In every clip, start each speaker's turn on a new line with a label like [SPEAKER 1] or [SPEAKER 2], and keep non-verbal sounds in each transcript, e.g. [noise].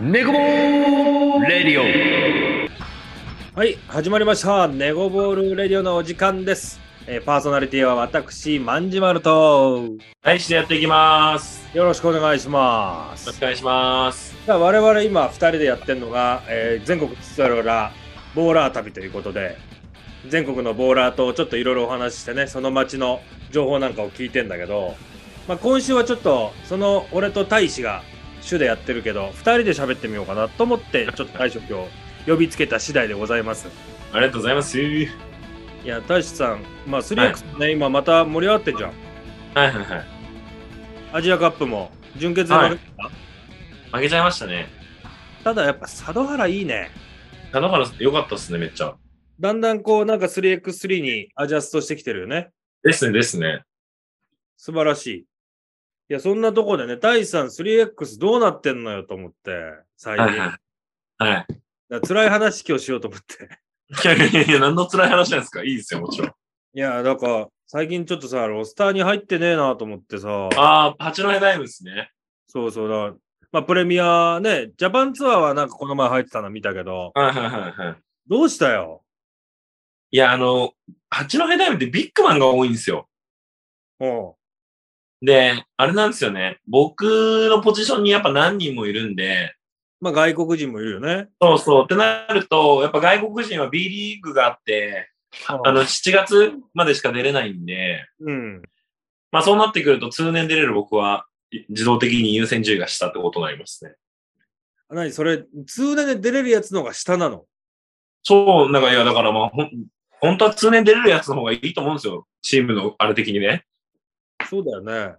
[SPEAKER 1] ネコボールレディ
[SPEAKER 2] はい、始まりました。ネゴボールレディオのお時間です。えーパーソナリティは私、万事丸と、
[SPEAKER 3] はい、してやっていきます。
[SPEAKER 2] よろしくお願いしま
[SPEAKER 3] よろし
[SPEAKER 2] す
[SPEAKER 3] く。お願いします。
[SPEAKER 2] さあ、我々今、二人でやってるのが、えー全国津々浦々ボーラー旅ということで、全国のボーラーとちょっといろいろお話ししてね、その街の情報なんかを聞いてんだけど、まあ、今週はちょっと、その俺と大使が主でやってるけど、二人で喋ってみようかなと思って、ちょっと大使を今日呼びつけた次第でございます。
[SPEAKER 3] ありがとうございます。はい
[SPEAKER 2] いや、大志さん、まあ、3X ね、今また盛り上がってんじゃん。
[SPEAKER 3] はいはい。
[SPEAKER 2] アジアカップも、準決で負けた、
[SPEAKER 3] 負けちゃいましたね。
[SPEAKER 2] ただやっぱ佐渡原いいね。
[SPEAKER 3] 田中の良かったっすね、めっちゃ。
[SPEAKER 2] だんだんこう、なんか 3X3 にアジャストしてきてるよね。
[SPEAKER 3] ですね、ですね。
[SPEAKER 2] 素晴らしい。いや、そんなとこでね、大志さん 3X どうなってんのよと思って、最近。
[SPEAKER 3] はい
[SPEAKER 2] だか
[SPEAKER 3] はい。はい。
[SPEAKER 2] ら辛い話今日しようと思って。 [laughs]
[SPEAKER 3] いやいやいや、何の辛い話なんですかいいですよ、もちろん。
[SPEAKER 2] いや、なんか、最近ちょっとさ、ロスターに入ってねえなと思ってさ。
[SPEAKER 3] ああ、八戸ダイムですね。
[SPEAKER 2] そうそうだから。まあ、プレミアね、ジャパンツアーはなんかこの前入ってたの見たけど、
[SPEAKER 3] はいはいはいはい。
[SPEAKER 2] どうしたよ
[SPEAKER 3] いや、あの、八戸ダイムってビッグマンが多いんですよ。
[SPEAKER 2] うん。
[SPEAKER 3] で、あれなんですよね。僕のポジションにやっぱ何人もいるんで、
[SPEAKER 2] まあ外国人もいるよね。
[SPEAKER 3] そうそう。ってなると、やっぱ外国人は B リーグがあって、あの、7月までしか出れないんで、
[SPEAKER 2] うん。
[SPEAKER 3] まあそうなってくると通年出れる僕はい自動的に優先順位が下ってことになりますね。
[SPEAKER 2] 何それ、通年で出れるやつの方が下なの
[SPEAKER 3] そう、なんかいやだからまあほん、本当は通年出れるやつの方がいいと思うんですよ。チームのあれ的にね。
[SPEAKER 2] そうだよね。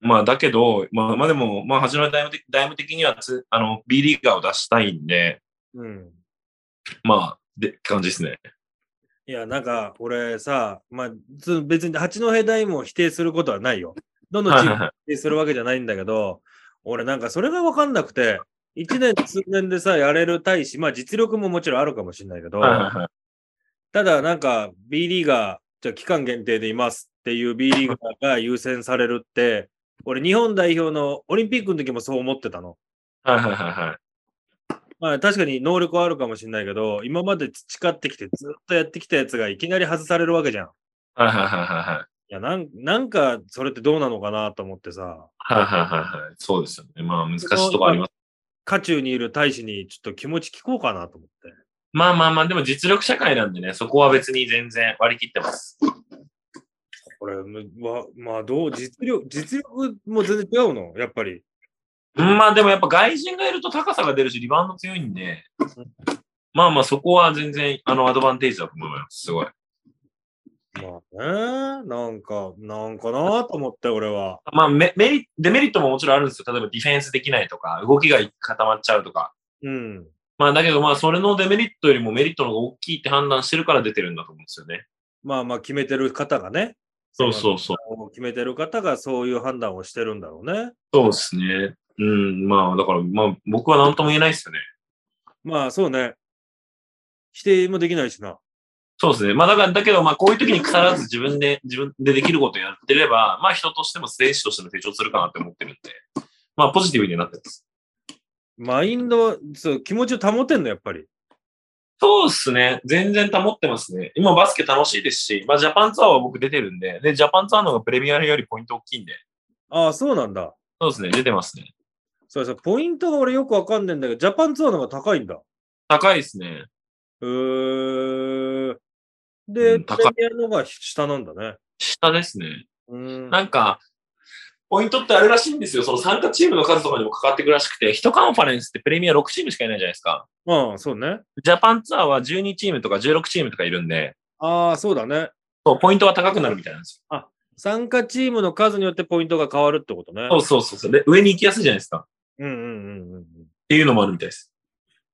[SPEAKER 3] まあだけど、まあまあでも、まあ始まりダイム的ダイム的にはつあの B リーガーを出したいんで、
[SPEAKER 2] うん。
[SPEAKER 3] まあ、で、って感じですね。
[SPEAKER 2] いや、なんか、俺さ、まあ、つ別に八戸大も否定することはないよ。どのチーム
[SPEAKER 3] は [laughs] いはい
[SPEAKER 2] も
[SPEAKER 3] はい。
[SPEAKER 2] 否定するわけじゃないんだけど、俺なんかそれが分かんなくて、一年通年でさ、やれる大使、まあ実力ももちろんあるかもしれないけど、
[SPEAKER 3] はいはいはい
[SPEAKER 2] ただなんか B リーガー、じゃあ期間限定でいますっていう B リーガーが優先されるって、俺日本代表のオリンピックの時もそう思ってたの。
[SPEAKER 3] はいはいはいはい。
[SPEAKER 2] まあ確かに能力はあるかもしれないけど、今まで培ってきてずっとやってきたやつがいきなり外されるわけじゃん。い
[SPEAKER 3] はいはいはいはいはい。
[SPEAKER 2] や、なんなんかそれってどうなのかなと思ってさ、
[SPEAKER 3] はいはいはいはい。そうですよね。まあ難しいとこあります。
[SPEAKER 2] 渦中にいる大使にちょっと気持ち聞こうかなと思って。
[SPEAKER 3] まあまあまあ、でも実力社会なんでね、そこは別に全然割り切ってます。
[SPEAKER 2] これ、むわまあどう、実力、実力も全然違うのやっぱり。
[SPEAKER 3] うんまあでもやっぱ外人がいると高さが出るし、リバウンド強いんで、まあまあそこは全然あのアドバンテージだと思います。すごい。
[SPEAKER 2] まあね、なんか、なんかなと思って俺は。
[SPEAKER 3] まあメメリデメリットももちろんあるんですよ。例えばディフェンスできないとか、動きが固まっちゃうとか。
[SPEAKER 2] うん。
[SPEAKER 3] まあだけどまあそれのデメリットよりもメリットの方が大きいって判断してるから出てるんだと思うんですよね。
[SPEAKER 2] まあまあ決めてる方がね。
[SPEAKER 3] そうそうそう。
[SPEAKER 2] う。決めてる方がそういう判断をしてるんだろうね。
[SPEAKER 3] そうですね。うん、まあだからまあ僕は何とも言えないですよね。
[SPEAKER 2] まあそうね。否定もできないしな。
[SPEAKER 3] そうですね。まあだから、だけどまあこういう時に腐らず自分で、 [laughs] 自分でできることをやってれば、まあ人としても選手としても成長するかなって思ってるんで、まあポジティブになってます。
[SPEAKER 2] マインド、そう、気持ちを保てんの、やっぱり。
[SPEAKER 3] そうですね。全然保ってますね。今バスケ楽しいですし、まあジャパンツアーは僕出てるんで、で、ジャパンツアーの方がプレミアムよりポイント大きいんで、
[SPEAKER 2] ああ、そうなんだ。
[SPEAKER 3] そうですね、出てますね。
[SPEAKER 2] そうそう、ポイントが俺よくわかんねえんだけど、ジャパンツアーの方が高いんだ。
[SPEAKER 3] 高いですね。
[SPEAKER 2] えー、で、
[SPEAKER 3] うん
[SPEAKER 2] プ
[SPEAKER 3] 高
[SPEAKER 2] レ
[SPEAKER 3] い
[SPEAKER 2] ミアのが下なんだね。
[SPEAKER 3] 下ですね。
[SPEAKER 2] うん。
[SPEAKER 3] なんか、ポイントってあるらしいんですよ。その参加チームの数とかにも関わってくるらしくて、一カンファレンスってプレミア6チームしかいないじゃないですか。
[SPEAKER 2] ああ、そうね。
[SPEAKER 3] ジャパンツアーは12チームとか16チームとかいるんで、
[SPEAKER 2] ああ、そうだね。
[SPEAKER 3] そう、ポイントは高くなるみたいなんです
[SPEAKER 2] 参加チームの数によってポイントが変わるってことね。
[SPEAKER 3] よ。そうそうそうそう。で、上に行きやすいじゃないですか。っ
[SPEAKER 2] うんうんうんうんうん。
[SPEAKER 3] ていうのもあるみたいです。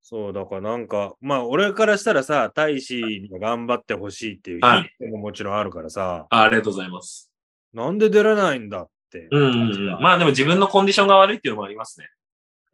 [SPEAKER 2] そう、だからなんか、まあ、俺からしたらさ、大使には頑張ってほしいっていう
[SPEAKER 3] は
[SPEAKER 2] 意
[SPEAKER 3] い
[SPEAKER 2] 見ももちろんあるからさ、
[SPEAKER 3] あありがとうございます。
[SPEAKER 2] なんで出れないんだって。
[SPEAKER 3] うんうんうん。まあでも自分のコンディションが悪いっていうのもありますね。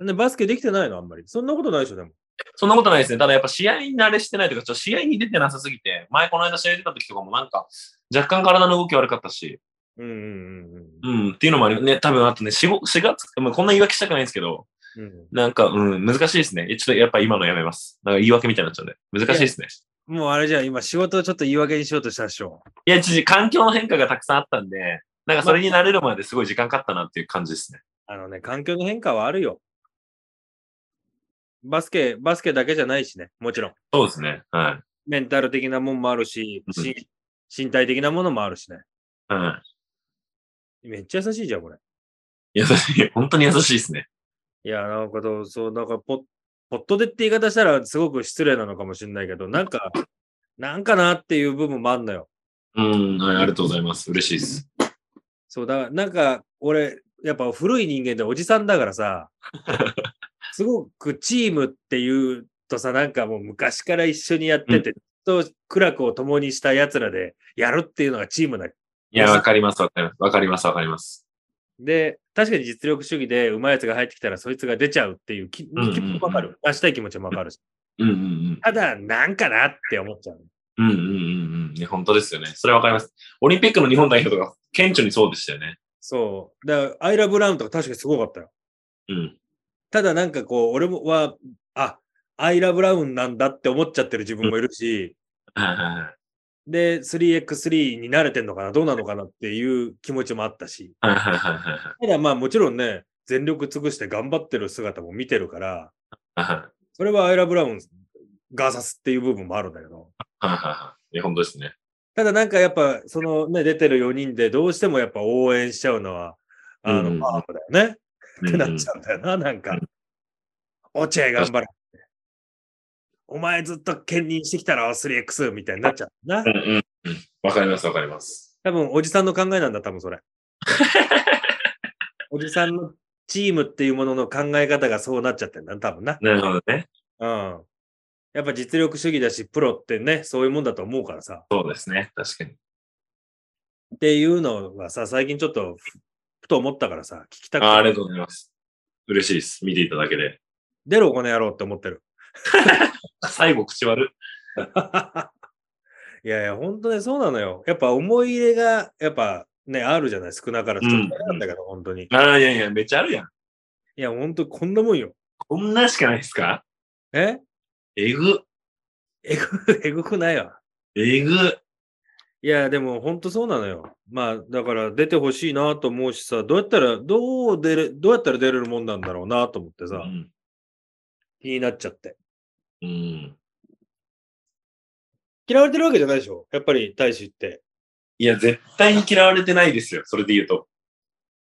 [SPEAKER 2] でバスケできてないのあんまり。そんなことないでしょ、でも。
[SPEAKER 3] そんなことないですね。ただやっぱ試合に慣れしてないというか、ちょっと試合に出てなさすぎて、前この間試合出た時とかもなんか、若干体の動き悪かったし、
[SPEAKER 2] うんうんうんうん
[SPEAKER 3] うん、っていうのもありね、多分あとね、4, 4月、まあこんな言い訳したくないんですけど、
[SPEAKER 2] うん
[SPEAKER 3] なんか、うん、難しいですね。えちょっとやっぱ今のやめます。なんか言い訳みたいになっちゃうんで。難しいですね。
[SPEAKER 2] もうあれじゃん、今仕事をちょっと言い訳にしようとしたでしょ。
[SPEAKER 3] いや、ちょちょ環境の変化がたくさんあったんで、なんかそれに慣れるまですごい時間かかったなっていう感じですね。
[SPEAKER 2] あのね、環境の変化はあるよ。バスケ、バスケだけじゃないしね、もちろん。
[SPEAKER 3] そうですね。は
[SPEAKER 2] メンタル的なもんもあるし、
[SPEAKER 3] うん
[SPEAKER 2] し身体的なものもあるしね。
[SPEAKER 3] い。はい。
[SPEAKER 2] めっちゃ優しいじゃん、これ。
[SPEAKER 3] 優しい。本当に優しいですね。
[SPEAKER 2] いや、なんかどう、そう、なんかポ、ポットでって言い方したらすごく失礼なのかもしれないけど、なんか、なんかなっていう部分もあんのよ。
[SPEAKER 3] うん、はい、ありがとうございます。嬉しいです。
[SPEAKER 2] そうだ、なんか、俺、やっぱ古い人間でおじさんだから
[SPEAKER 3] [laughs]
[SPEAKER 2] さ、すごくチームっていうとさ、なんかもう昔から一緒にやってて、ずっと苦楽を共にした奴らでやるっていうのがチームだ
[SPEAKER 3] いや、わかります、わかります。わかります、わかります。
[SPEAKER 2] で、確かに実力主義でうまいやつが入ってきたらそいつが出ちゃうっていう気気
[SPEAKER 3] んうんうん
[SPEAKER 2] 持ちもわかる。出したい気持ちもわかる
[SPEAKER 3] [laughs]
[SPEAKER 2] し。
[SPEAKER 3] うんうん
[SPEAKER 2] ただ、なんかなって思っちゃう。
[SPEAKER 3] うん。うんうんうんうん。ね、本当ですよね。それはわかります。オリンピックの日本代表とか、顕著にそうでしたよね。
[SPEAKER 2] そう。だから、アイラ・ブラウンとか確かにすごかったよ。
[SPEAKER 3] うん。
[SPEAKER 2] ただ、なんかこう、俺もは、あ、アイラ・ブラウンなんだって思っちゃってる自分もいるし、
[SPEAKER 3] はいはいはい
[SPEAKER 2] で、3x3 に慣れてんのかな、どうなのかなっていう気持ちもあったし。
[SPEAKER 3] はいはいはいはいはい
[SPEAKER 2] ただ、まあもちろんね、全力尽くして頑張ってる姿も見てるから、
[SPEAKER 3] はいはい
[SPEAKER 2] それはアイラ・ブラウンガーサスっていう部分もあるんだけど。
[SPEAKER 3] はいはい。いや、本当ですね。
[SPEAKER 2] ただなんかやっぱ、そのね、出てる4人でどうしてもやっぱ応援しちゃうのは、あ
[SPEAKER 3] うんう
[SPEAKER 2] の、
[SPEAKER 3] ん
[SPEAKER 2] パワームだよね。
[SPEAKER 3] うん
[SPEAKER 2] ってなっちゃうんだよな、なん
[SPEAKER 3] う
[SPEAKER 2] か
[SPEAKER 3] ん。
[SPEAKER 2] 落合頑張れ。お前ずっと兼任してきたら 3X みたいになっちゃうな
[SPEAKER 3] う。んうんうん。わかります、わかります。
[SPEAKER 2] 多分、おじさんの考えなんだ、多分そ
[SPEAKER 3] [laughs]
[SPEAKER 2] れ。おじさんのチームっていうものの考え方がそうなっちゃってんだ、多分な。
[SPEAKER 3] なるほどね。
[SPEAKER 2] うん。やっぱ実力主義だし、プロってね、そういうもんだと思うからさ。
[SPEAKER 3] そうですね。確かに。
[SPEAKER 2] っていうのはさ、最近ちょっとふ、ふと思ったからさ、聞きたく
[SPEAKER 3] ああ
[SPEAKER 2] て、
[SPEAKER 3] りがとうございます。嬉しいです。見ていただけで。
[SPEAKER 2] 出ろ、この野郎って思ってる。
[SPEAKER 3] 最後、口悪
[SPEAKER 2] いやいや、本当ね、そうなのよ。やっぱ思い入れが、やっぱね、あるじゃない、少なからず。
[SPEAKER 3] うん
[SPEAKER 2] ちょっとあれなんだけど、本当に。い
[SPEAKER 3] い。ああ、いやいや、めっちゃあるやん。
[SPEAKER 2] や、本当こんなもんよ。
[SPEAKER 3] こんなしかないですか
[SPEAKER 2] え [laughs]
[SPEAKER 3] えぐ。
[SPEAKER 2] えぐ、えぐくないわ。
[SPEAKER 3] えぐ。
[SPEAKER 2] いや、でも本当そうなのよ。まあ、だから出てほしいなと思うしさ、どうやったら、どう出れ、どうやったら出れるもんなんだろうなと思って
[SPEAKER 3] う
[SPEAKER 2] さ、
[SPEAKER 3] ん。
[SPEAKER 2] 気になっちゃって。
[SPEAKER 3] うん
[SPEAKER 2] 嫌われてるわけじゃないでしょやっぱり大使って。
[SPEAKER 3] いや、絶対に嫌われてないですよ。それで言うと。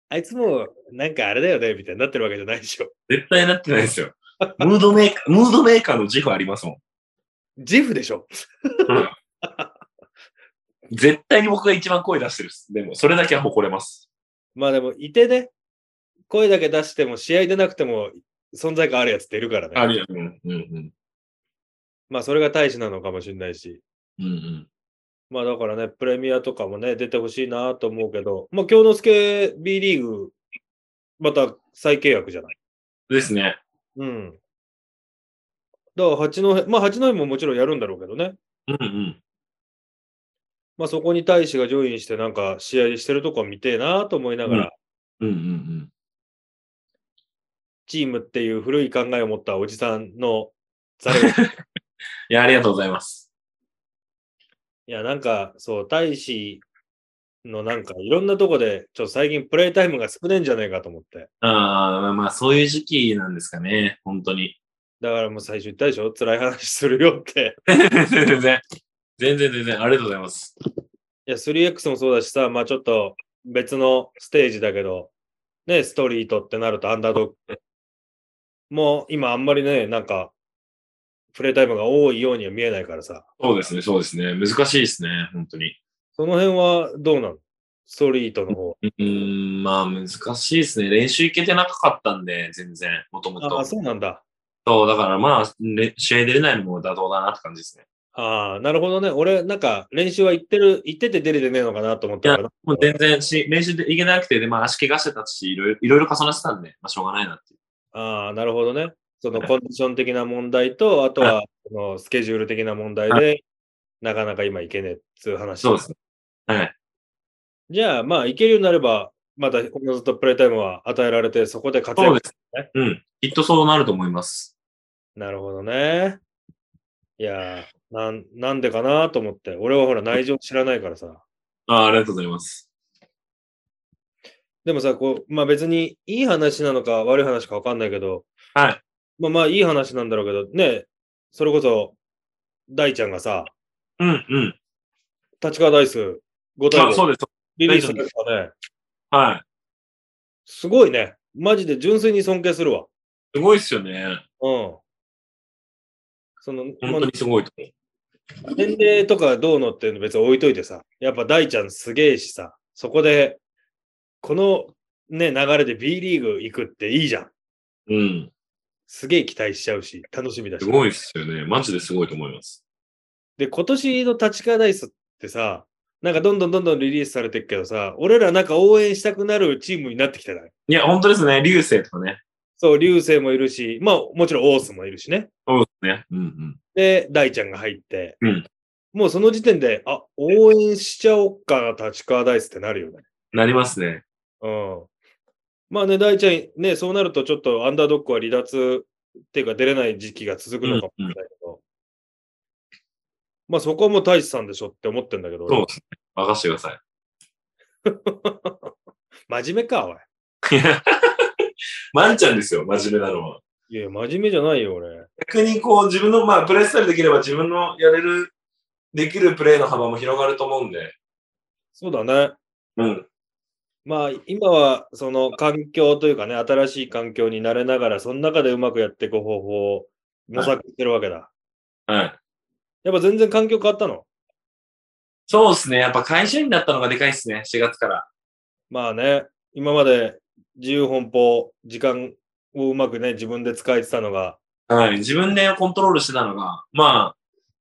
[SPEAKER 2] あいつも、なんかあれだよね、みたいになってるわけじゃないでしょ。
[SPEAKER 3] 絶対なってないですよ。ムードメーカー、 [laughs] ムードメーカーの自負ありますもん。
[SPEAKER 2] ジフでしょ
[SPEAKER 3] 絶対に僕が一番声出してるっす。でも、それだけは誇れます。
[SPEAKER 2] まあでも、いてね、声だけ出しても、試合出なくても、存在感あるやつっているからね。
[SPEAKER 3] あるやん。うん、うん、うん。
[SPEAKER 2] まあ、それが大事なのかもしれないし。
[SPEAKER 3] うん、うん。
[SPEAKER 2] まあ、だからね、プレミアとかもね、出てほしいなと思うけど、まあ、京之助 B リーグ、また再契約じゃない。
[SPEAKER 3] ですね。
[SPEAKER 2] うん。だから、八戸、まあ、八戸ももちろんやるんだろうけどね。
[SPEAKER 3] うん、うん。
[SPEAKER 2] まあ、そこに大使がジョインして、なんか、試合してるとこ見てえなと思いながら、
[SPEAKER 3] うんうん、うん、
[SPEAKER 2] チームっていう古い考えを持ったおじさんのざるを
[SPEAKER 3] [laughs] いや、ありがとうございます。
[SPEAKER 2] いや、なんか、そう、大使のなんか、いろんなとこで、ちょっと最近プレイタイムが少ないんじゃないかと思って。
[SPEAKER 3] ああ、まあ、そういう時期なんですかね。本当に。
[SPEAKER 2] だからもう最初言ったでしょ辛い話するよって。
[SPEAKER 3] [laughs] 全然。全然、全然。ありがとうございます。
[SPEAKER 2] いや、3X もそうだしさ、まあちょっと別のステージだけど、ね、ストリートってなるとアンダードッグ。もう今あんまりね、なんか、プレイタイムが多いようには見えないからさ。
[SPEAKER 3] そうですね、そうですね。難しいですね、本当に。
[SPEAKER 2] その辺はどうなのストリートの方。
[SPEAKER 3] うーん、まあ難しいですね。練習行けてなかったんで、全然、もとも
[SPEAKER 2] あ
[SPEAKER 3] と
[SPEAKER 2] あ、。そうなんだ。
[SPEAKER 3] そう、だからまあ、れ試合出れないのも妥当だなって感じですね。
[SPEAKER 2] ああ、なるほどね。俺、なんか、練習は行ってる、行ってて出れてねえのかなと思ったから。
[SPEAKER 3] もう全然し、練習で行けなくて、で、まあ足怪我してたし、いろいろいろいろ重なってたんで、まあしょうがないなっていう。
[SPEAKER 2] ああ、なるほどね。その
[SPEAKER 3] はい
[SPEAKER 2] コンディション的な問題と、あとはそのスケジュール的な問題で、なかなか今行けねえっていう話。
[SPEAKER 3] そうですね。はい。
[SPEAKER 2] じゃあ、まあ、行けるようになれば、またこのずっとプレイタイムは与えられて、そこで活
[SPEAKER 3] そう
[SPEAKER 2] 躍。
[SPEAKER 3] です。うん。きっとそうなると思います。
[SPEAKER 2] なるほどね。いやーなん、なんでかなと思って。俺はほら内情知らないからさ。
[SPEAKER 3] あーありがとうございます。
[SPEAKER 2] でもさ、こう、まあ別にいい話なのか悪い話かわかんないけど、
[SPEAKER 3] はい。
[SPEAKER 2] まあまあいい話なんだろうけど、ね、それこそ、大ちゃんがさ、
[SPEAKER 3] うんうん。
[SPEAKER 2] 立川ダイス5
[SPEAKER 3] まあ
[SPEAKER 2] 対
[SPEAKER 3] そ
[SPEAKER 2] 5
[SPEAKER 3] うです。
[SPEAKER 2] リリースされたね。
[SPEAKER 3] はい。
[SPEAKER 2] すごいね。マジで純粋に尊敬するわ。
[SPEAKER 3] すごいっすよね。
[SPEAKER 2] うん。その、
[SPEAKER 3] 本当にすごいと思う。
[SPEAKER 2] まあ年齢とかどうのっていうの別に置いといてさ、やっぱ大ちゃんすげえしさ、そこで、このね、流れで B リーグ行くっていいじゃん。
[SPEAKER 3] うん。
[SPEAKER 2] すげえ期待しちゃうし、楽しみだし
[SPEAKER 3] す。ごいっすよね。マジですごいと思います。
[SPEAKER 2] で、今年の立川ダイスってさ、なんかどんどんどんどんリリースされてるけどさ、俺らなんか応援したくなるチームになってきてない
[SPEAKER 3] いや、本当ですね。流星とかね。
[SPEAKER 2] そう、流星もいるし、まあもちろんオースもいるしね。
[SPEAKER 3] そうですね。うん
[SPEAKER 2] で、大ちゃんが入って、
[SPEAKER 3] うん
[SPEAKER 2] もうその時点で、あ、応援しちゃおっかな、立川ダイスってなるよね。
[SPEAKER 3] うん。なりますね。
[SPEAKER 2] うん。まあね、大ちゃん、ね、そうなるとちょっとアンダードッグは離脱っていうか出れない時期が続くのかもしれないけど、まあそこはもう大志さんでしょって思ってんだけど、
[SPEAKER 3] そうですね。任せてくださ
[SPEAKER 2] [laughs] 真面目か、おい。
[SPEAKER 3] い。いやワンちゃんですよ、真面目なのは。
[SPEAKER 2] いやいや、真面目じゃないよ、俺。
[SPEAKER 3] 逆にこう、自分の、まあ、プレースタイルできれば自分のやれる、できるプレーの幅も広がると思うんで。
[SPEAKER 2] そうだね。
[SPEAKER 3] うん。
[SPEAKER 2] まあ今はその環境というかね、新しい環境に慣れながら、その中でうまくやっていく方法を模索してるわけだ。
[SPEAKER 3] はい。
[SPEAKER 2] やっぱ全然環境変わったの
[SPEAKER 3] そうですね。やっぱ会社員だったのがでかいですね。4月から。
[SPEAKER 2] まあね、今まで自由奔放、時間をうまくね、自分で使えてたのが、
[SPEAKER 3] はい。自分でコントロールしてたのが、まあ、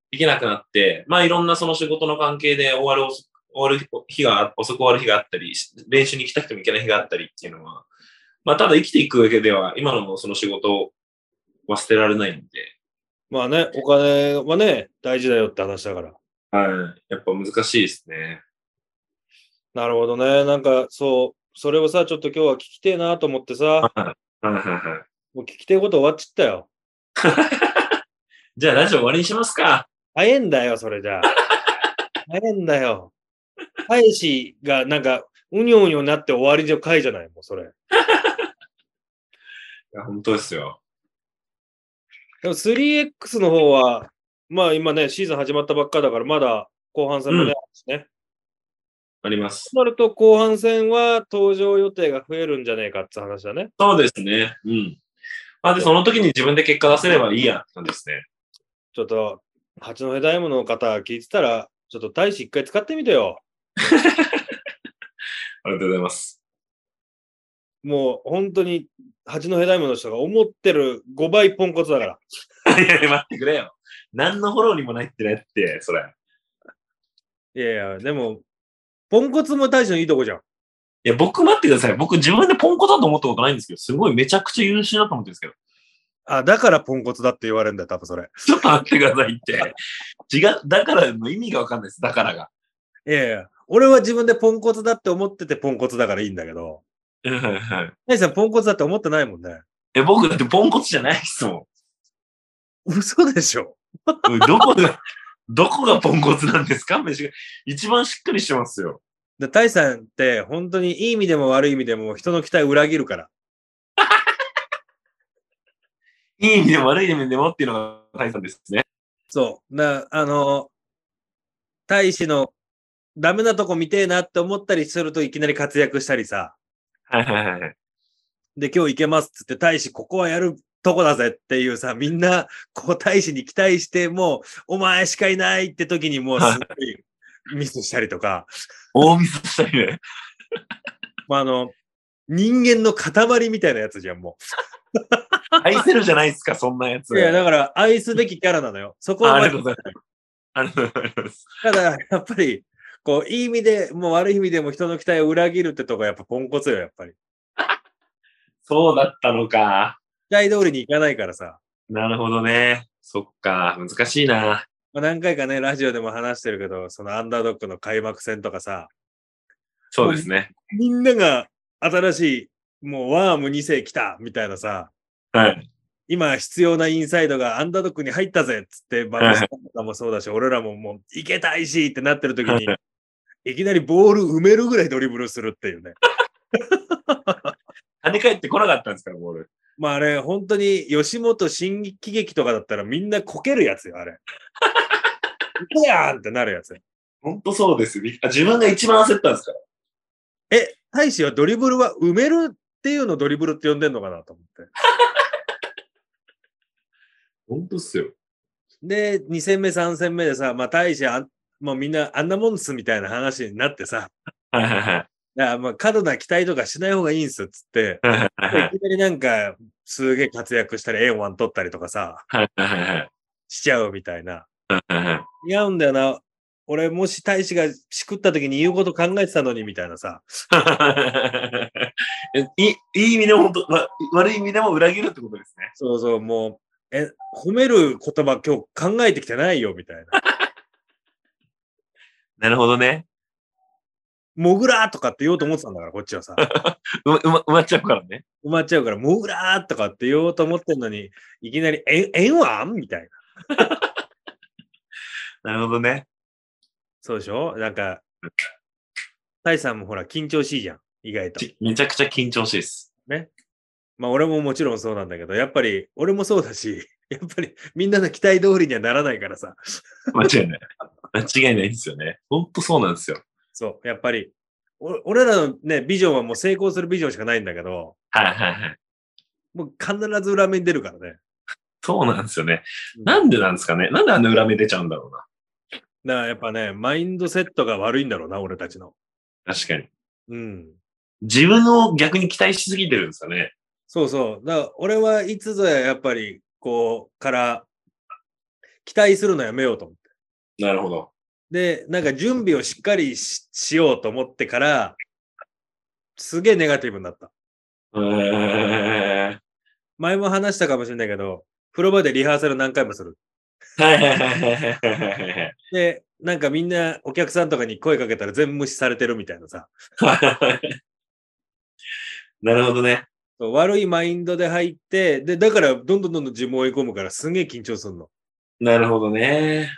[SPEAKER 3] できなくなって、まあ、いろんなその仕事の関係で終わる遅く、終わる日が、遅く終わる日があったり、し練習に行きたくても行けない日があったりっていうのは、まあ、ただ生きていく上では、今のその仕事は捨てられないんで、
[SPEAKER 2] まあね、お金はね、大事だよって話だから。
[SPEAKER 3] はい。やっぱ難しいですね。
[SPEAKER 2] なるほどね。なんかそう、それをさ、ちょっと今日は聞きてえなと思ってさ、
[SPEAKER 3] はいはいはい。
[SPEAKER 2] もう聞きてえこと終わっちゃったよ。
[SPEAKER 3] じゃあ、ラジオ終わりにしますか。
[SPEAKER 2] 早えんだよ、それじ
[SPEAKER 3] [laughs]
[SPEAKER 2] ゃあ。早えんだよ。返しがなんか、うにょうにょになって終わりじゃかいじゃない、もうそれ。
[SPEAKER 3] いや本当ですよ。
[SPEAKER 2] でも 3X の方は、まあ今ね、シーズン始まったばっかだから、まだ後半戦もね、
[SPEAKER 3] うん
[SPEAKER 2] あるしね。
[SPEAKER 3] あります。
[SPEAKER 2] そうなると後半戦は登場予定が増えるんじゃねえかって話だね。
[SPEAKER 3] そうですね。うん。まあ、で、その時に自分で結果出せればいいや、なんですね。
[SPEAKER 2] ちょっと、八戸ダイヤモンドの方聞いてたら、ちょっと大使一回使ってみてよ。
[SPEAKER 3] ありがとうございます。
[SPEAKER 2] もう本当に八戸ダイヤモンドの人が思ってる5倍ポンコツだから。
[SPEAKER 3] いやいや、待ってくれよ。何のフォローにもないってねって、それ。
[SPEAKER 2] いやいや、でも、ポンコツも大使のいいとこじゃん。
[SPEAKER 3] いや、僕待ってください。僕自分でポンコツだと思ったことないんですけど、すごいめちゃくちゃ優秀だと思ってるんですけど、
[SPEAKER 2] あ、だからポンコツだって言われるんだよ、多分それ。
[SPEAKER 3] ちょっと待ってくださいって。違う、だからの意味がわかんないです。だからが。
[SPEAKER 2] いやいや、俺は自分でポンコツだって思っててポンコツだからいいんだけど、
[SPEAKER 3] うんうんうん
[SPEAKER 2] 大使さんポンコツだって思ってないもんね。
[SPEAKER 3] え、僕だってポンコツじゃないですもん。
[SPEAKER 2] 嘘でしょ。
[SPEAKER 3] うん [laughs] どこが、どこがポンコツなんですか飯が一番しっかりしてますよ。
[SPEAKER 2] で大さんって本当にいい意味でも悪い意味でも人の期待を裏切るから。
[SPEAKER 3] いい意味でも悪い意味でもっていうのが大さんですね。
[SPEAKER 2] そう。な、あの、大使のダメなとこ見てえなって思ったりするといきなり活躍したりさ。
[SPEAKER 3] はいはいはいはい。
[SPEAKER 2] で、今日行けますっつって大使ここはやるとこだぜっていうさ、みんなこう大使に期待してもうお前しかいないって時にもうすごいミスしたりとか。
[SPEAKER 3] 大ミスしたいね。
[SPEAKER 2] まあ、あの、人間の塊みたいなやつじゃん、もう。
[SPEAKER 3] 愛せるじゃないですか、そんなやつ。
[SPEAKER 2] いや、だから、愛すべきキャラなのよ。そこ
[SPEAKER 3] あ
[SPEAKER 2] は
[SPEAKER 3] あり
[SPEAKER 2] ま
[SPEAKER 3] がとうございます。ありがとうございます。
[SPEAKER 2] ただ、やっぱり、こう、いい意味でも悪い意味でも人の期待を裏切るってとこはやっぱポンコツよ、やっぱり。
[SPEAKER 3] そうだったのか。
[SPEAKER 2] 期待通りにいかないからさ。
[SPEAKER 3] なるほどね。そっか。難しいな。
[SPEAKER 2] まあ、何回かね、ラジオでも話してるけど、そのアンダードックの開幕戦とかさ、
[SPEAKER 3] そうですね。
[SPEAKER 2] みんなが新しい、もうワーム2世来たみたいなさ、
[SPEAKER 3] はい。
[SPEAKER 2] 今必要なインサイドがアンダードックに入ったぜっつって、バ
[SPEAKER 3] は
[SPEAKER 2] ン
[SPEAKER 3] い
[SPEAKER 2] ドさんもそうだし、俺らももう行けたいしってなってる時
[SPEAKER 3] はい
[SPEAKER 2] に、いきなりボール埋めるぐらいドリブルするっていうね。
[SPEAKER 3] 跳ね返ってこなかったんですから、ボール。
[SPEAKER 2] まああれ、本当に吉本新喜劇とかだったらみんなこけるやつよ、あれ。行くやんってなるやつ。
[SPEAKER 3] ほんとそうです。びっあ自分が一番焦ったんですから。
[SPEAKER 2] え、大使はドリブルは埋めるっていうのをドリブルって呼んでんのかなと思って。
[SPEAKER 3] ほんとっすよ。
[SPEAKER 2] で、2戦目、3戦目でさ、まあ大使はあん、もうみんなあんなもんっすみたいな話になってさ、
[SPEAKER 3] はいはいはい。
[SPEAKER 2] だからまあ過度な期待とかしない方がいいんすっつって、
[SPEAKER 3] はいはい
[SPEAKER 2] いきなりなんか、すげえ活躍したり、A1 取ったりとかさ、
[SPEAKER 3] はいはいはい
[SPEAKER 2] しちゃうみたいな。
[SPEAKER 3] はいはい。
[SPEAKER 2] 違うんだよな。俺、もし大使がしくった時に言うこと考えてたのに、みたいなさ。
[SPEAKER 3] [laughs] いいい意味でも本当、わ悪い意味でも裏切るってことですね。
[SPEAKER 2] そうそう、もう、え、褒める言葉今日考えてきてないよ、みたいな。
[SPEAKER 3] なるほどね。
[SPEAKER 2] モグラーとかって言おうと思ってたんだから、こっちはさ。
[SPEAKER 3] うまうま埋まっちゃうからね。
[SPEAKER 2] 埋まっちゃうから、モグラーとかって言おうと思ってんのに、いきなり、え、えんわんみたいな。
[SPEAKER 3] なるほどね。
[SPEAKER 2] そうでしょなんか、大使さんもほら、緊張しいじゃん、意外と。
[SPEAKER 3] ちめちゃくちゃ緊張しいです。
[SPEAKER 2] まあ、俺ももちろんそうなんだけど、やっぱり、俺もそうだし、 [laughs] やっぱり、みんなの期待通りにはならないからさ。
[SPEAKER 3] 間違いない。 [laughs] 間違いないんですよね。ほんとそうなんですよ。
[SPEAKER 2] そう、やっぱり、お俺らのね、ビジョンはもう成功するビジョンしかないんだけど、
[SPEAKER 3] はいはいはい。
[SPEAKER 2] もう必ず裏目に出るからね。
[SPEAKER 3] そうなんですよね。なんでなんですかね。なんであんな裏目出ちゃうんだろう
[SPEAKER 2] だからやっぱね、マインドセットが悪いんだろうな、俺たちの。
[SPEAKER 3] な。確かに。
[SPEAKER 2] うん。
[SPEAKER 3] 自分を逆に期待しすぎてるんですかね。
[SPEAKER 2] そうそう。だから俺はいつぞややっぱり、こう、から、期待するのやめようと思って。
[SPEAKER 3] なるほど。
[SPEAKER 2] で、なんか準備をしっかりししようと思ってから、すげえネガティブになった。
[SPEAKER 3] えー、
[SPEAKER 2] 前も話したかもしれないけど、風呂場でリハーサル何回もする。
[SPEAKER 3] はいはいはいはいはいはい。
[SPEAKER 2] で、なんかみんなお客さんとかに声かけたら全部無視されてるみたいなさ、
[SPEAKER 3] [laughs] なるほどね。
[SPEAKER 2] そう悪いマインドで入って、で、だからどんどんどんどん自分を追い込むからすんげえ緊張するの。
[SPEAKER 3] なるほどね。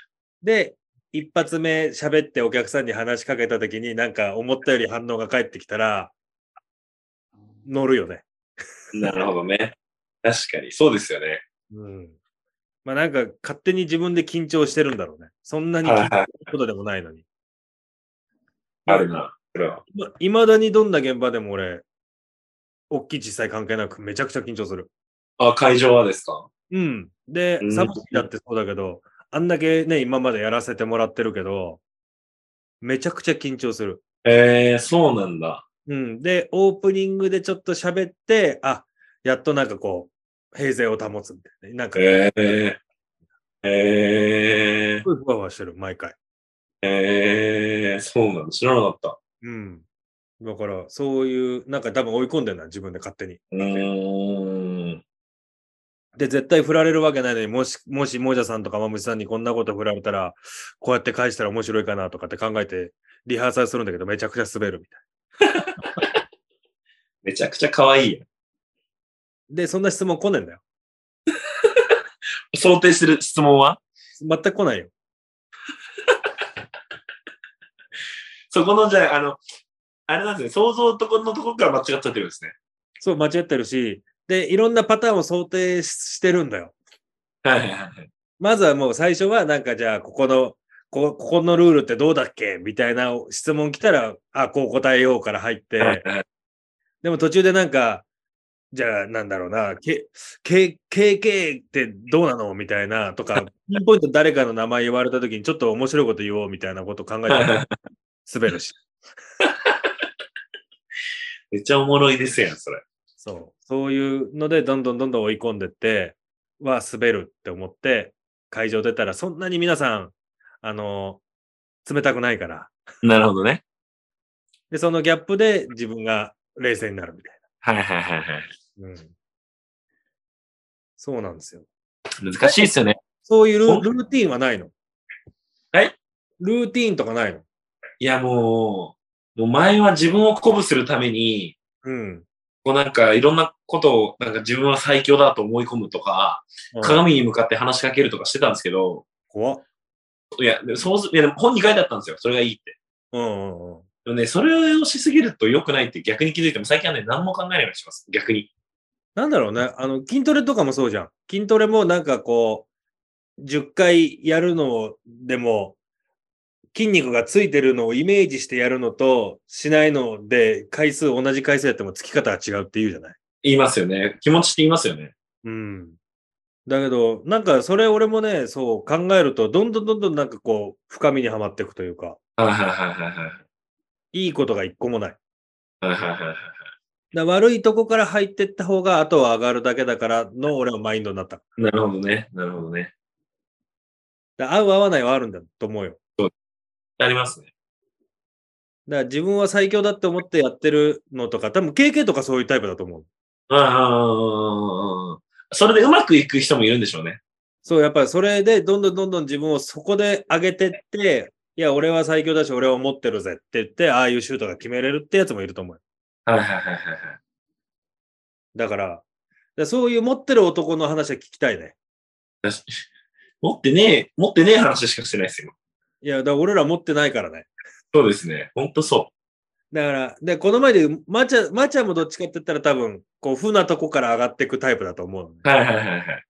[SPEAKER 2] で、一発目喋ってお客さんに話しかけた時になんか思ったより反応が返ってきたら、乗るよね。
[SPEAKER 3] なるほどね。確かに。そうですよね。
[SPEAKER 2] うん。まあなんか勝手に自分で緊張してるんだろうね。そんなに緊張することでもないのに。
[SPEAKER 3] あるな。それは。
[SPEAKER 2] いまだにどんな現場でも俺、大きい小さい関係なくめちゃくちゃ緊張する。
[SPEAKER 3] あ、会場はですか
[SPEAKER 2] うん。で
[SPEAKER 3] う、ん
[SPEAKER 2] サブシーだってそうだけど、あんだけね、今までやらせてもらってるけど、めちゃくちゃ緊張する。
[SPEAKER 3] えー、そうなんだ。
[SPEAKER 2] うん。で、オープニングでちょっと喋って、あ、やっとなんかこう、平静を保つみたいな。なんか、す
[SPEAKER 3] えー、えー、
[SPEAKER 2] ごいふわふわしてる、毎回。
[SPEAKER 3] えー、そうなんだ。知らなかった。
[SPEAKER 2] うん。だから、そういう、なんか多分追い込んでるな、自分で勝手に。
[SPEAKER 3] うーん。
[SPEAKER 2] で、絶対振られるわけないのに、もし、もし、もじゃさんとかまむしさんにこんなこと振られたら、こうやって返したら面白いかなとかって考えて、リハーサルするんだけど、めちゃくちゃ滑るみたいな。
[SPEAKER 3] めちゃくちゃ可愛いやん
[SPEAKER 2] で、そんな質問来ねえんだよ。
[SPEAKER 3] 想定してる質問は
[SPEAKER 2] 全く来ないよ。
[SPEAKER 3] そこの、じゃあ、あの、あれなんですね。想像とこのとこから間違っちゃってるんですね。
[SPEAKER 2] そう、間違ってるし、で、いろんなパターンを想定してるんだよ。
[SPEAKER 3] はいはいはい。
[SPEAKER 2] まずはもう最初は、なんかじゃあ、ここの、こここのルールってどうだっけみたいな質問来たら、あ、こう答えようから入って、
[SPEAKER 3] はいはい
[SPEAKER 2] でも途中でなんか、じゃあなんだろうな、け、け、KK ってどうなのみたいなと
[SPEAKER 3] [laughs]
[SPEAKER 2] か、ピンポイント誰かの名前言われた時にちょっと面白いこと言おうみたいなこと考えた
[SPEAKER 3] はいは
[SPEAKER 2] ら
[SPEAKER 3] い
[SPEAKER 2] 滑るし。
[SPEAKER 3] [laughs] めっちゃおもろいですやん、それ。
[SPEAKER 2] そう。そういうので、どんどんどんどん追い込んでって、は滑るって思って、会場出たら、そんなに皆さん、あの、冷たくないから。
[SPEAKER 3] なるほどね。
[SPEAKER 2] で、そのギャップで自分が冷静になるみたい
[SPEAKER 3] はいはいはいはい。
[SPEAKER 2] な。うん。そうなんですよ。
[SPEAKER 3] 難しいですよね。
[SPEAKER 2] そういうル
[SPEAKER 3] お
[SPEAKER 2] ルーティンはないの。
[SPEAKER 3] はい
[SPEAKER 2] ルーティンとかないの。
[SPEAKER 3] いやもう、もう前は自分を鼓舞するために、
[SPEAKER 2] うん。
[SPEAKER 3] こうなんかいろんなことを、なんか自分は最強だと思い込むとか、
[SPEAKER 2] うん
[SPEAKER 3] 鏡に向かって話しかけるとかしてたんですけど、
[SPEAKER 2] 怖っ。
[SPEAKER 3] いや、でもそうす、いや、でも本に書いてあったんですよ。それがいいって。
[SPEAKER 2] うんうんうん。
[SPEAKER 3] でもね、それをしすぎると良くないって逆に気づいても、最近はね、何も考えないようにします。逆に。
[SPEAKER 2] なんだろうね。あの、筋トレとかもそうじゃん。筋トレもなんかこう、10回やるのでも、筋肉がついてるのをイメージしてやるのと、しないので、回数、同じ回数やってもつき方が違うって言うじゃない。
[SPEAKER 3] 言いますよね。気持ちって言いますよね。
[SPEAKER 2] うん。だけど、なんかそれ俺もね、そう考えると、どんどんどんどんなんかこう、深みにはまっていくというか、
[SPEAKER 3] はいはいはいはいはい。
[SPEAKER 2] いいことが一個もない。
[SPEAKER 3] はいはいはいはい。
[SPEAKER 2] だ悪いとこから入ってった方が、後は上がるだけだからの、俺はマインドになった。
[SPEAKER 3] なるほどね。なるほどね。
[SPEAKER 2] だ合う合わないはあるんだと思うよ。
[SPEAKER 3] ありますね。
[SPEAKER 2] だから自分は最強だって思ってやってるのとか、多分 KK とかそういうタイプだと思う。
[SPEAKER 3] うんうんうんうんうん。それでうまくいく人もいるんでしょうね。
[SPEAKER 2] そう、やっぱりそれでどんどんどんどん自分をそこで上げてって、いや、俺は最強だし、俺は持ってるぜって言って、ああいうシュートが決めれるってやつもいると思うよ。
[SPEAKER 3] はいはいはいはいはい。
[SPEAKER 2] だから、だからそういう持ってる男の話は聞きたいね。
[SPEAKER 3] だし持ってねえ、持ってねえ話しかしてないですよ。
[SPEAKER 2] いや、だから俺ら持ってないからね。
[SPEAKER 3] そうですね。ほんとそ
[SPEAKER 2] だから、で、この前で言う、マチャ、マチャもどっちかって言ったら多分、こう、負なとこから上がっていくタイプだと思うのね。
[SPEAKER 3] う。はいはいはいはい。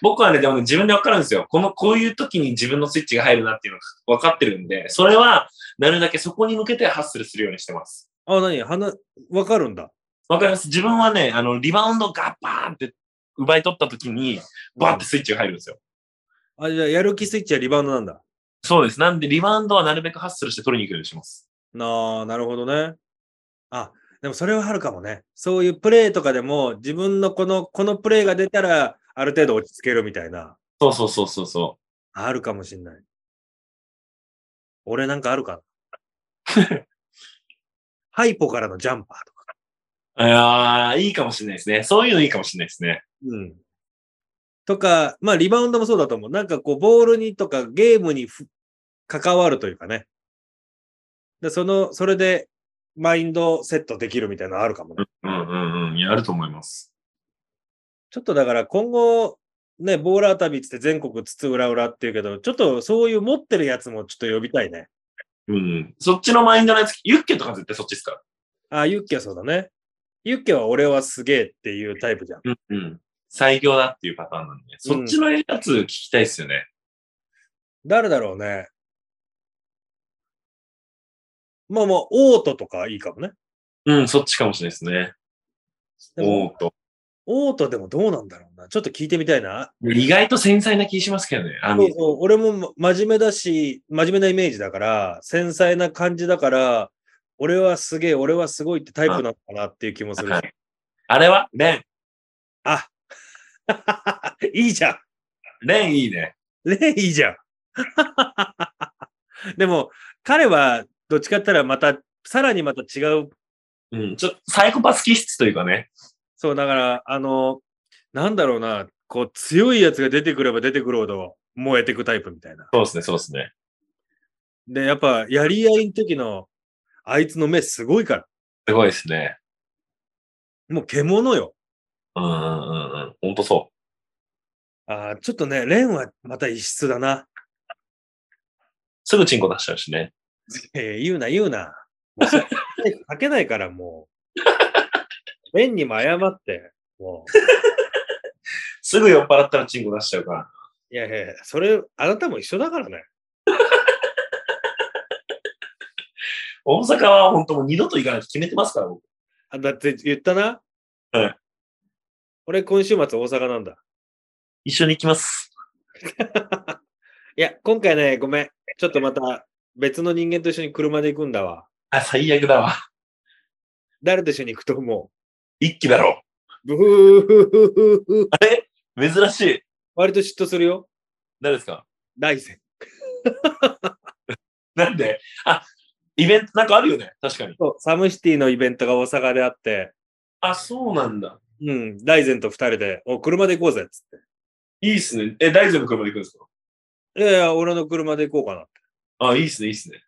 [SPEAKER 3] 僕はね、でもね、自分でわかるんですよ。この、こういう時に自分のスイッチが入るなっていうのがわかってるんで、それは、なるだけそこに向けてハッスルするようにしてます。
[SPEAKER 2] あ、何話、わかるんだ。
[SPEAKER 3] わかります自分はね、あの、リバウンドガッバーンって奪い取った時に、バーってスイッチが入るんですよ。
[SPEAKER 2] あ、じゃあ、やる気スイッチはリバウンドなんだ。
[SPEAKER 3] そうです。なんで、リバウンドはなるべくハッスルして取りに行くようにします。
[SPEAKER 2] なあ、なるほどね。あ、でもそれはあるかもね。そういうプレーとかでも、自分のこの、このプレーが出たら、ある程度落ち着けるみたいな、
[SPEAKER 3] そうそうそうそうそ
[SPEAKER 2] あるかもしんない。俺なんかあるかな。ハイポからのジャンパーとか。
[SPEAKER 3] う。ああ、いいかもしれないですね。そういうのいいかもしれないですね。
[SPEAKER 2] うん。とか、まあリバウンドもそうだと思う。なんかこう、ボールにとかゲームにふ関わるというかね。で、その、それで、マインドセットできるみたいなのあるかもね。
[SPEAKER 3] うんうんうん。いや、あると思います。
[SPEAKER 2] ちょっとだから今後、ね、ボーラー旅っつって全国津々浦々っていうけど、ちょっとそういう持ってるやつもちょっと呼びたいね。
[SPEAKER 3] うん。そっちのマインドのやつ、ユッケとか絶対そっちですから。
[SPEAKER 2] あ、ユッケはそうだね。ユッケは俺はすげえっていうタイプじゃん。
[SPEAKER 3] うんうん。最強だっていうパターンなんで、そっちのやつ聞きたいですよね。
[SPEAKER 2] 誰だろうね。まあまあ、オートとかいいかもね。
[SPEAKER 3] うん、そっちかもしれないですね。
[SPEAKER 2] でも
[SPEAKER 3] おーっと。
[SPEAKER 2] オートでもどうなんだろうな。ちょっと聞いてみたいな。
[SPEAKER 3] 意外と繊細な気しますけどね。あ
[SPEAKER 2] そ
[SPEAKER 3] の
[SPEAKER 2] う、そう俺も真面目だし、真面目なイメージだから、繊細な感じだから、俺はすげえ、俺はすごいってタイプなのかなっていう気もするし
[SPEAKER 3] は。いあれはレン。
[SPEAKER 2] あ [laughs] いいじゃん。
[SPEAKER 3] レンいいね。
[SPEAKER 2] レイいいじゃん。 [laughs] でも、彼はどっちかって言ったらまた、さらにまた違う。
[SPEAKER 3] うん。ちょっと、サイコパス気質というかね。
[SPEAKER 2] そう、だから、あの、なんだろうな、こう、強いやつが出てくれば出てくるほど燃えてくタイプみたいな。
[SPEAKER 3] そうですね、そうですね。
[SPEAKER 2] で、やっぱ、やり合いの時の、あいつの目すごいから。
[SPEAKER 3] すごいですね。
[SPEAKER 2] もう獣よ。
[SPEAKER 3] うんうんうんうん。ほんとそ
[SPEAKER 2] ああ、ちょっとね、レンはまた異質だな。 [laughs]
[SPEAKER 3] う。すぐチンコ出しちゃうしね。
[SPEAKER 2] えー言うな、言うな。もうそれ [laughs] 書けないから、もう。
[SPEAKER 3] [laughs]
[SPEAKER 2] レンにも謝って。もう。
[SPEAKER 3] すぐ酔っ払ったらチンコ出しちゃうから。
[SPEAKER 2] いやいやいや、それ、あなたも一緒だからね。
[SPEAKER 3] 大阪は本当もう二度と行かないと決めてますから、僕。
[SPEAKER 2] あだって言ったな。
[SPEAKER 3] はい。
[SPEAKER 2] 俺、今週末大阪なんだ。
[SPEAKER 3] 一緒に行きます。
[SPEAKER 2] いや、今回ね、ごめん。ちょっとまた別の人間と一緒に車で行くんだわ。
[SPEAKER 3] あ、最悪だわ。
[SPEAKER 2] 誰と一緒に行くと思
[SPEAKER 3] 一気だろ。
[SPEAKER 2] うブー
[SPEAKER 3] あれ珍しい。
[SPEAKER 2] 割と嫉妬するよ。
[SPEAKER 3] 誰ですか
[SPEAKER 2] 大戦。
[SPEAKER 3] なんであ、イベントなんかあるよね。確かに。
[SPEAKER 2] そうサムシティのイベントが大阪であって、
[SPEAKER 3] あ、そうなんだ。
[SPEAKER 2] うん、大善と二人で、お、車で行こうぜ、つっ
[SPEAKER 3] いいっすね。え、大丈夫車で行くんですか
[SPEAKER 2] て。いやいや、俺の車で行こうかな。
[SPEAKER 3] あ、いいっすね、いいっすね。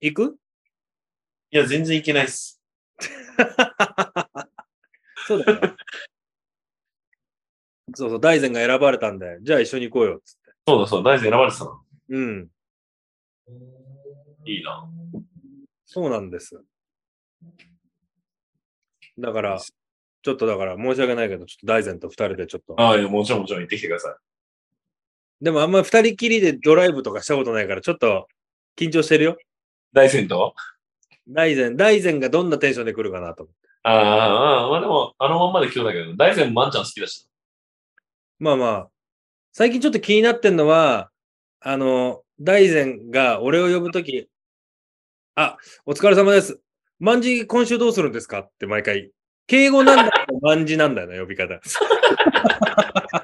[SPEAKER 2] 行く
[SPEAKER 3] いや、全然いけないっす。
[SPEAKER 2] そうだよね。そうそう、大善が選ばれたんで、じゃあ一緒に行こうよっつって。
[SPEAKER 3] そうだそうだ、大臣選ばれてたな。
[SPEAKER 2] うん。
[SPEAKER 3] いいな。
[SPEAKER 2] そうなんです。だから、ちょっとだから申し訳ないけど、ちょっと大善と二人でちょっと。
[SPEAKER 3] ああ、いや、もちろんもちろん行ってきてください。
[SPEAKER 2] でもあんま二人きりでドライブとかしたことないから、ちょっと緊張してるよ。
[SPEAKER 3] 大臣と
[SPEAKER 2] 大善、大善がどんなテンションで来るかなと思って。
[SPEAKER 3] ああああ、まあでも、あのまんまで今日だけど、大臣もワンちゃん好きだし。
[SPEAKER 2] まあまあ、最近ちょっと気になってんのは、あの、大善が俺を呼ぶとき、あ、お疲れ様です。万事今週どうするんですかって毎回。敬語なんだけど、万事なんだよね、呼び方。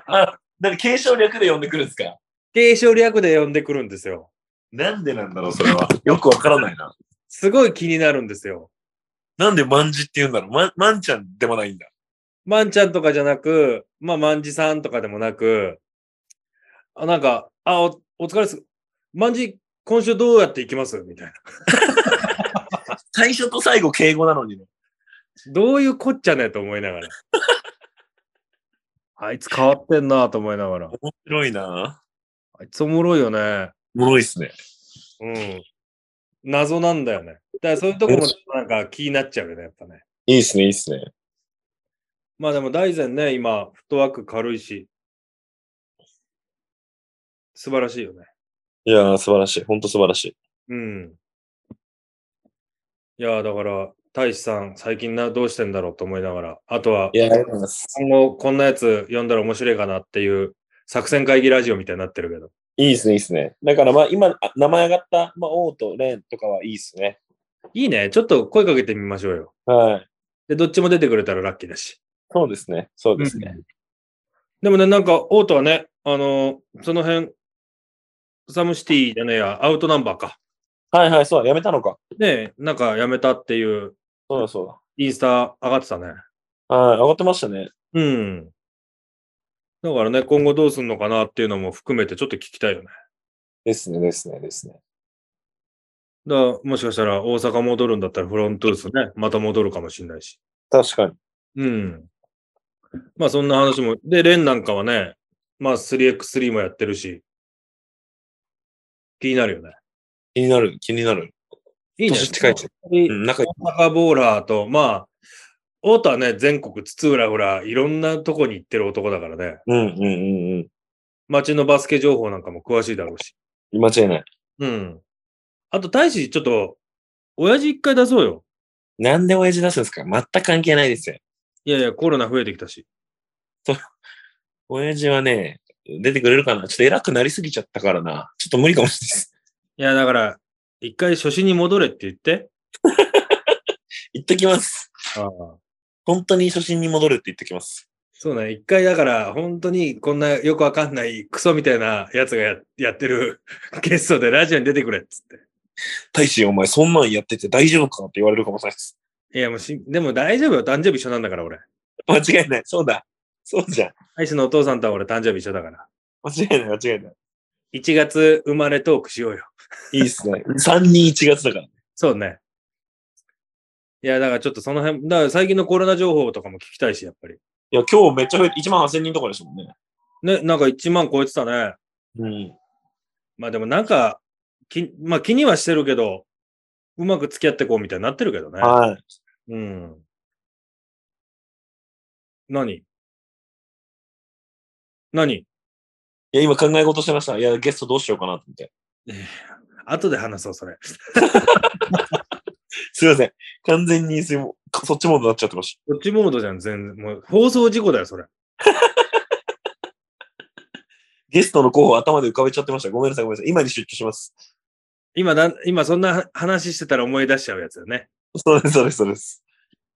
[SPEAKER 3] なんで継承略で呼んでくるんですか
[SPEAKER 2] 継承略で呼んでくるんですよ。
[SPEAKER 3] なんでなんだろう、それは。 [laughs] よくわからないな。
[SPEAKER 2] すごい気になるんですよ。
[SPEAKER 3] なんで万事って言うんだろう。ま、万ちゃんでもないんだ。
[SPEAKER 2] 万ちゃんとかじゃなく、まあ、万事さんとかでもなく、あ、なんか、あ、おお疲れです。万事、今週どうやって行きますみたいな。
[SPEAKER 3] 最初と最後敬語なのにね。
[SPEAKER 2] どういうこっちゃねと思いながら。あいつ変わってんなと思いながら。
[SPEAKER 3] 面白いな。
[SPEAKER 2] あいつおもろいよね。
[SPEAKER 3] おもろいっすね。
[SPEAKER 2] うん。謎なんだよね。だからそういうとこもなんか気になっちゃうよね、やっぱね。
[SPEAKER 3] いいっすね、いいっすね。
[SPEAKER 2] まあでも大然ね、今、フットワーク軽いし、素晴らしいよね。
[SPEAKER 3] いやー、素晴らしい。ほんと素晴らしい。
[SPEAKER 2] うん。いやー、だから、大志さん、最近な、どうしてんだろうと思いながら、あとは、
[SPEAKER 3] いや、ありがとうございます。
[SPEAKER 2] 今後こんなやつ読んだら面白いかなっていう作戦会議ラジオみたいになってるけど。
[SPEAKER 3] いいですね、いいですね。だからまあ今、あ名前上がった、まあ、王とレンとかはいいですね。
[SPEAKER 2] いいね。ちょっと声かけてみましょうよ。
[SPEAKER 3] はい。
[SPEAKER 2] で、どっちも出てくれたらラッキーだし。
[SPEAKER 3] そうですね、そうですね。
[SPEAKER 2] でもね、なんか、オートはね、あのーその辺、サムシティじゃねえや、アウトナンバーか。
[SPEAKER 3] はいはい、そうだ、やめたのか。
[SPEAKER 2] ねえなんかやめたっていう、
[SPEAKER 3] そうだ、そうだ。
[SPEAKER 2] インスタ上がってたね。
[SPEAKER 3] はい、上がってましたね。
[SPEAKER 2] うん。だからね、今後どうすんのかなっていうのも含めてちょっと聞きたいよね。
[SPEAKER 3] ですね、ですね、ですね。
[SPEAKER 2] だからもしかしたら大阪戻るんだったらフロントゥースね、また戻るかもしれないし。
[SPEAKER 3] 確かに。
[SPEAKER 2] うん。まあそんな話も。で、レンなんかはね、まあ 3x3 もやってるし、気になるよね。
[SPEAKER 3] 気になる、気になる。
[SPEAKER 2] いいね。
[SPEAKER 3] 年近いしうん、仲いい。
[SPEAKER 2] 大阪ボーラーと、まあ、太田はね、全国津々浦々、いろんなとこに行ってる男だからね、
[SPEAKER 3] うん、うん、うん、うん。
[SPEAKER 2] 街のバスケ情報なんかも詳しいだろうし。
[SPEAKER 3] 間違いない。
[SPEAKER 2] うん。あと、大使、ちょっと、親父一回出そうよ。
[SPEAKER 3] なんで親父出すんですか全く関係ないですよ。
[SPEAKER 2] いやいや、コロナ増えてきたし。
[SPEAKER 3] 親父はね、出てくれるかなちょっと偉くなりすぎちゃったからな。ちょっと無理かもしれないです。
[SPEAKER 2] いや、だから、一回初心に戻れって言って。
[SPEAKER 3] 行ってきます。
[SPEAKER 2] ああ。
[SPEAKER 3] 本当に初心に戻るって言ってきます。
[SPEAKER 2] そうね、一回だから、本当にこんなよくわかんないクソみたいなやつがややってる [laughs] ゲストでラジオに出てくれっつっ
[SPEAKER 3] 大使、お前そんなんやってて大丈夫かって言われるかもしれないです。
[SPEAKER 2] て。いや、もうし、でも大丈夫よ。誕生日一緒なんだから、俺。
[SPEAKER 3] 間違いない。そうだ。そうじゃん。
[SPEAKER 2] 大使のお父さんとは俺誕生日一緒だから。
[SPEAKER 3] 間違いない、間違いない。
[SPEAKER 2] 1月生まれトークしようよ。
[SPEAKER 3] いいっすね。3人1月だから。
[SPEAKER 2] そうね。いや、だからちょっとその辺、だから最近のコロナ情報とかも聞きたいし、やっぱり。
[SPEAKER 3] いや、今日めっちゃ増えて、1万8000人とかでしたもんね。
[SPEAKER 2] ね、なんか1万超えてたね。
[SPEAKER 3] うん。
[SPEAKER 2] まあでもなんか、きまあ気にはしてるけど、うまく付き合ってこうみたいになってるけどね。
[SPEAKER 3] はい。
[SPEAKER 2] うん。何何
[SPEAKER 3] いや、今考え事してました。いや、ゲストどうしようかなと思って。
[SPEAKER 2] 後で話そう、それ。
[SPEAKER 3] すいません。完全にすいまそっちモードになっちゃってまし
[SPEAKER 2] こっちモードじゃん、全然。もう放送事故だよ、それ。
[SPEAKER 3] た。ゲストの候補頭で浮かべちゃってました。ごめんなさい、ごめんなさい。今に出張します。
[SPEAKER 2] 今だ、今そんな話してたら思い出しちゃうやつだよね。
[SPEAKER 3] そうです、そうです、そうです。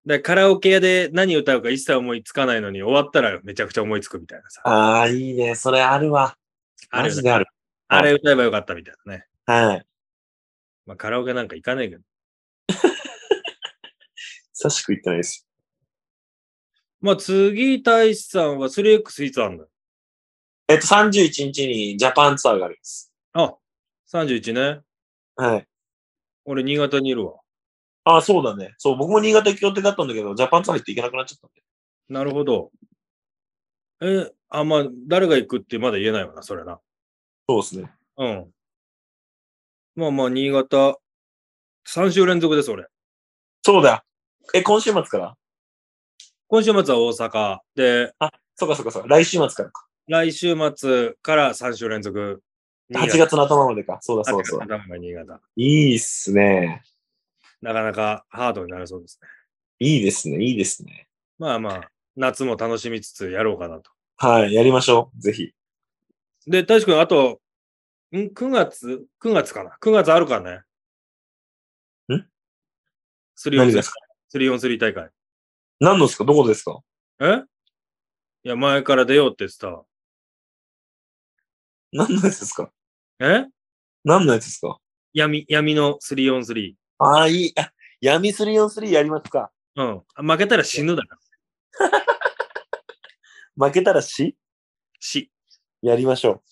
[SPEAKER 2] だからカラオケ屋で何歌うか一切思いつかないのに終わったらめちゃくちゃ思いつくみたいなさ。
[SPEAKER 3] ああ、いいね。それあるわ。
[SPEAKER 2] あ
[SPEAKER 3] マ
[SPEAKER 2] れ,、
[SPEAKER 3] ジである。
[SPEAKER 2] あれ歌えばよかったみたいなね。
[SPEAKER 3] はい。
[SPEAKER 2] まあカラオケなんか行かないけど。
[SPEAKER 3] 久しく言ってないです。
[SPEAKER 2] まあ次、大志さんは 3X いつあんだ
[SPEAKER 3] えっと、31日にジャパンツアーがあります。
[SPEAKER 2] あ、31ね。
[SPEAKER 3] はい。
[SPEAKER 2] 俺、新潟にいるわ。
[SPEAKER 4] あ、そうだね。そう、僕も新潟行く予定だったんだけど、ジャパンツ入っていけなくなっちゃったんで。
[SPEAKER 2] なるほど。え、あ、まあ、誰が行くってまだ言えないわな、それな。
[SPEAKER 4] そうですね。
[SPEAKER 2] うん。まあまあ、新潟、3週連続です、俺。
[SPEAKER 4] そうだ。え、今週末から
[SPEAKER 2] 今週末は大阪で、
[SPEAKER 4] そうかそうかそうか。来週末からか。
[SPEAKER 2] 来週末から3週連続。
[SPEAKER 4] 8月の頭までか。そうだ
[SPEAKER 2] そ
[SPEAKER 4] そううだそうだ。
[SPEAKER 2] 頭が新潟。
[SPEAKER 4] いいっすね。
[SPEAKER 2] なかなかハードになりそうですね。
[SPEAKER 4] いいですね。いいですね。
[SPEAKER 2] まあまあ、夏も楽しみつつやろうかなと。
[SPEAKER 4] はい。やりましょう。ぜひ。
[SPEAKER 2] で、大志くん、あと、ん ?9 月 ?9 月かな ?9 月あるかね
[SPEAKER 4] ん
[SPEAKER 2] ?3
[SPEAKER 4] 何
[SPEAKER 2] 4
[SPEAKER 4] で
[SPEAKER 2] 3
[SPEAKER 4] すか
[SPEAKER 2] 3大会。
[SPEAKER 4] 何のですかどこですか
[SPEAKER 2] えいや、前から出ようって言ってたわ。
[SPEAKER 4] 何のやつですか
[SPEAKER 2] え
[SPEAKER 4] 何のやつですか
[SPEAKER 2] 闇、闇の343。
[SPEAKER 4] ああ、いい。あ闇343やりますか。
[SPEAKER 2] うん。負けたら死ぬだから。
[SPEAKER 4] 負けたら死
[SPEAKER 2] 死。
[SPEAKER 4] やりましょ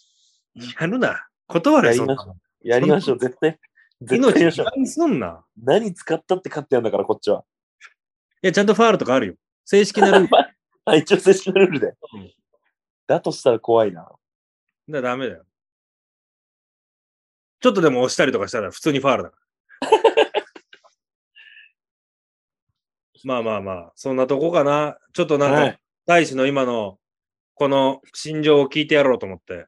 [SPEAKER 2] やるな。断れ、
[SPEAKER 4] やり
[SPEAKER 2] そんな
[SPEAKER 4] ま
[SPEAKER 2] の。
[SPEAKER 4] う。やりましょう。絶対。絶対やりま
[SPEAKER 2] 命
[SPEAKER 4] しょう。
[SPEAKER 2] 何すんな。
[SPEAKER 4] 何使ったって勝ってやんだから、こっちは。
[SPEAKER 2] いや、ちゃんとファールとかあるよ。正式な
[SPEAKER 4] [laughs]
[SPEAKER 2] ルール。
[SPEAKER 4] あ、一応正式なルールで
[SPEAKER 2] うん。
[SPEAKER 4] だとしたら怖いな。
[SPEAKER 2] だからダメだよ。ちょっとでも押したりとかしたら普通にファール
[SPEAKER 4] [laughs]
[SPEAKER 2] だから。まあまあまあ、そんなとこかな。ちょっとなんか、
[SPEAKER 4] はい
[SPEAKER 2] 大使の今の、この心情を聞いてやろうと思って。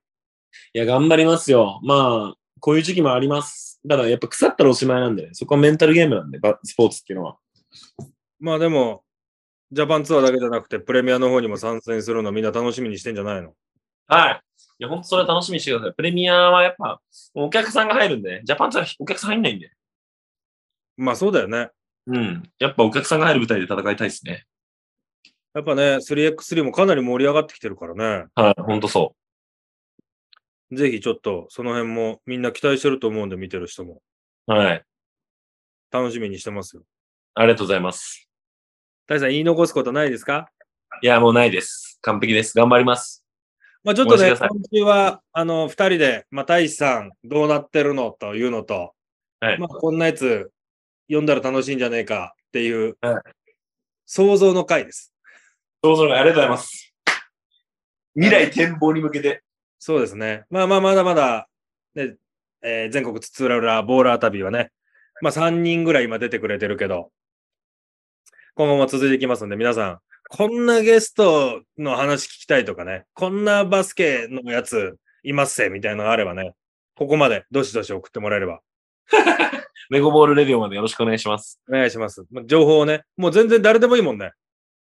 [SPEAKER 3] いや、頑張りますよ。まあ、こういう時期もあります。ただ、やっぱ腐ったらおしまいなんでね、そこはメンタルゲームなんで、ばスポーツっていうのは。
[SPEAKER 2] まあでも、ジャパンツアーだけじゃなくて、プレミアの方にも参戦するのみんな楽しみにしてんじゃないの
[SPEAKER 3] はい。いや、ほんとそれは楽しみにしてください。プレミアはやっぱ、お客さんが入るんでね、ジャパンツはお客さん入んないんで。
[SPEAKER 2] まあそうだよね。
[SPEAKER 3] うん。やっぱお客さんが入る舞台で戦いたいですね。
[SPEAKER 2] やっぱね、3x3 もかなり盛り上がってきてるからね。
[SPEAKER 3] はい、ほんとそ
[SPEAKER 2] ぜひちょっとその辺もみんな期待してると思うんで見てる人も
[SPEAKER 3] う。はい。
[SPEAKER 2] 楽しみにしてますよ。
[SPEAKER 3] ありがとうございます。
[SPEAKER 2] 大地さん言い残すことないですか
[SPEAKER 3] いや、もうないです。完璧です。頑張ります。
[SPEAKER 2] まあちょっと
[SPEAKER 3] お
[SPEAKER 2] ね、
[SPEAKER 3] 待ちくだ
[SPEAKER 2] 今
[SPEAKER 3] さ
[SPEAKER 2] 週はあの2人で、まあ、大地さんどうなってるのというのと、
[SPEAKER 3] はい
[SPEAKER 2] まあ、こんなやつ読んだら楽しいんじゃねえかっていう、
[SPEAKER 3] はい
[SPEAKER 2] 想像の回です。
[SPEAKER 3] どうぞ、ありがとうございます。未来展望に向けて。
[SPEAKER 2] そうですね。まあまあまだまだ、ねえー全国津々浦々ボーラー旅はね、まあ3人ぐらい今出てくれてるけど、今後も続いていきますので、皆さん、こんなゲストの話聞きたいとかね、こんなバスケのやついますせみたいなのがあればね、ここまでどしどし送ってもらえれば
[SPEAKER 3] メゴボールレディオまでよろしくお願いします。
[SPEAKER 2] お願いします。まあ情報をね、もう全然誰でもいいもんね。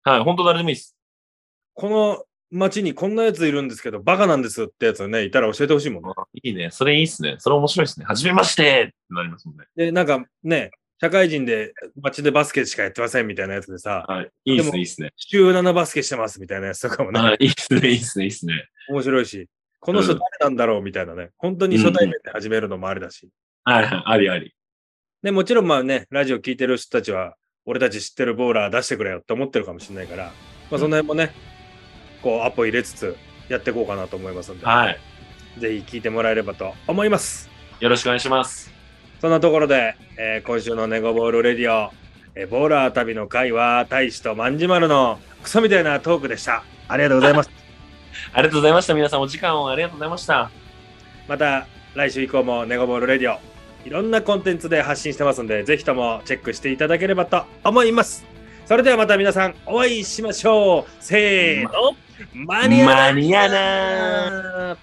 [SPEAKER 3] はい、本当誰でもいいです。
[SPEAKER 2] この街にこんなやついるんですけど、バカなんですってやつね、いたら教えてほしいもんね。
[SPEAKER 3] いいね。それいいっすね。それ面白いっすね。はじめましてってなりますもんね。
[SPEAKER 2] で、なんかね、社会人で街でバスケしかやってませんみたいなやつでさ、
[SPEAKER 3] はい。いいっ
[SPEAKER 2] ですも
[SPEAKER 3] ね、いいっすね。
[SPEAKER 2] 週7バスケしてますみたいなやつとかもね、
[SPEAKER 3] はい、いいっすね、いいっすね、いいっすね。
[SPEAKER 2] 面白いし、この人
[SPEAKER 3] うん
[SPEAKER 2] 誰なんだろうみたいなね、本当に初対面で始めるのもありだし、
[SPEAKER 3] はい、はい、ありあり。
[SPEAKER 2] で、もちろんまあね、ラジオ聞いてる人たちは、俺たち知ってるボーラー出してくれよって思ってるかもしれないから、まあその辺もね、こうアポ入れつつやっていこうかなと思いますんで、
[SPEAKER 3] はい。
[SPEAKER 2] ぜひ聞いてもらえればと思います。
[SPEAKER 3] よろしくお願いします。
[SPEAKER 2] そんなところで、えー今週のネゴボールレディオ、えーボーラー旅の会は大使とまんじまるのクソみたいなトークでした。ありがとうございます。
[SPEAKER 3] ありがとうございました。皆さん、お時間をありがとうございました。
[SPEAKER 2] また来週以降もネゴボールレディオ、いろんなコンテンツで発信してますんで、ぜひともチェックしていただければと思います。それではまた皆さんお会いしましょう。せーの、マニア
[SPEAKER 3] マニアなー
[SPEAKER 2] ナー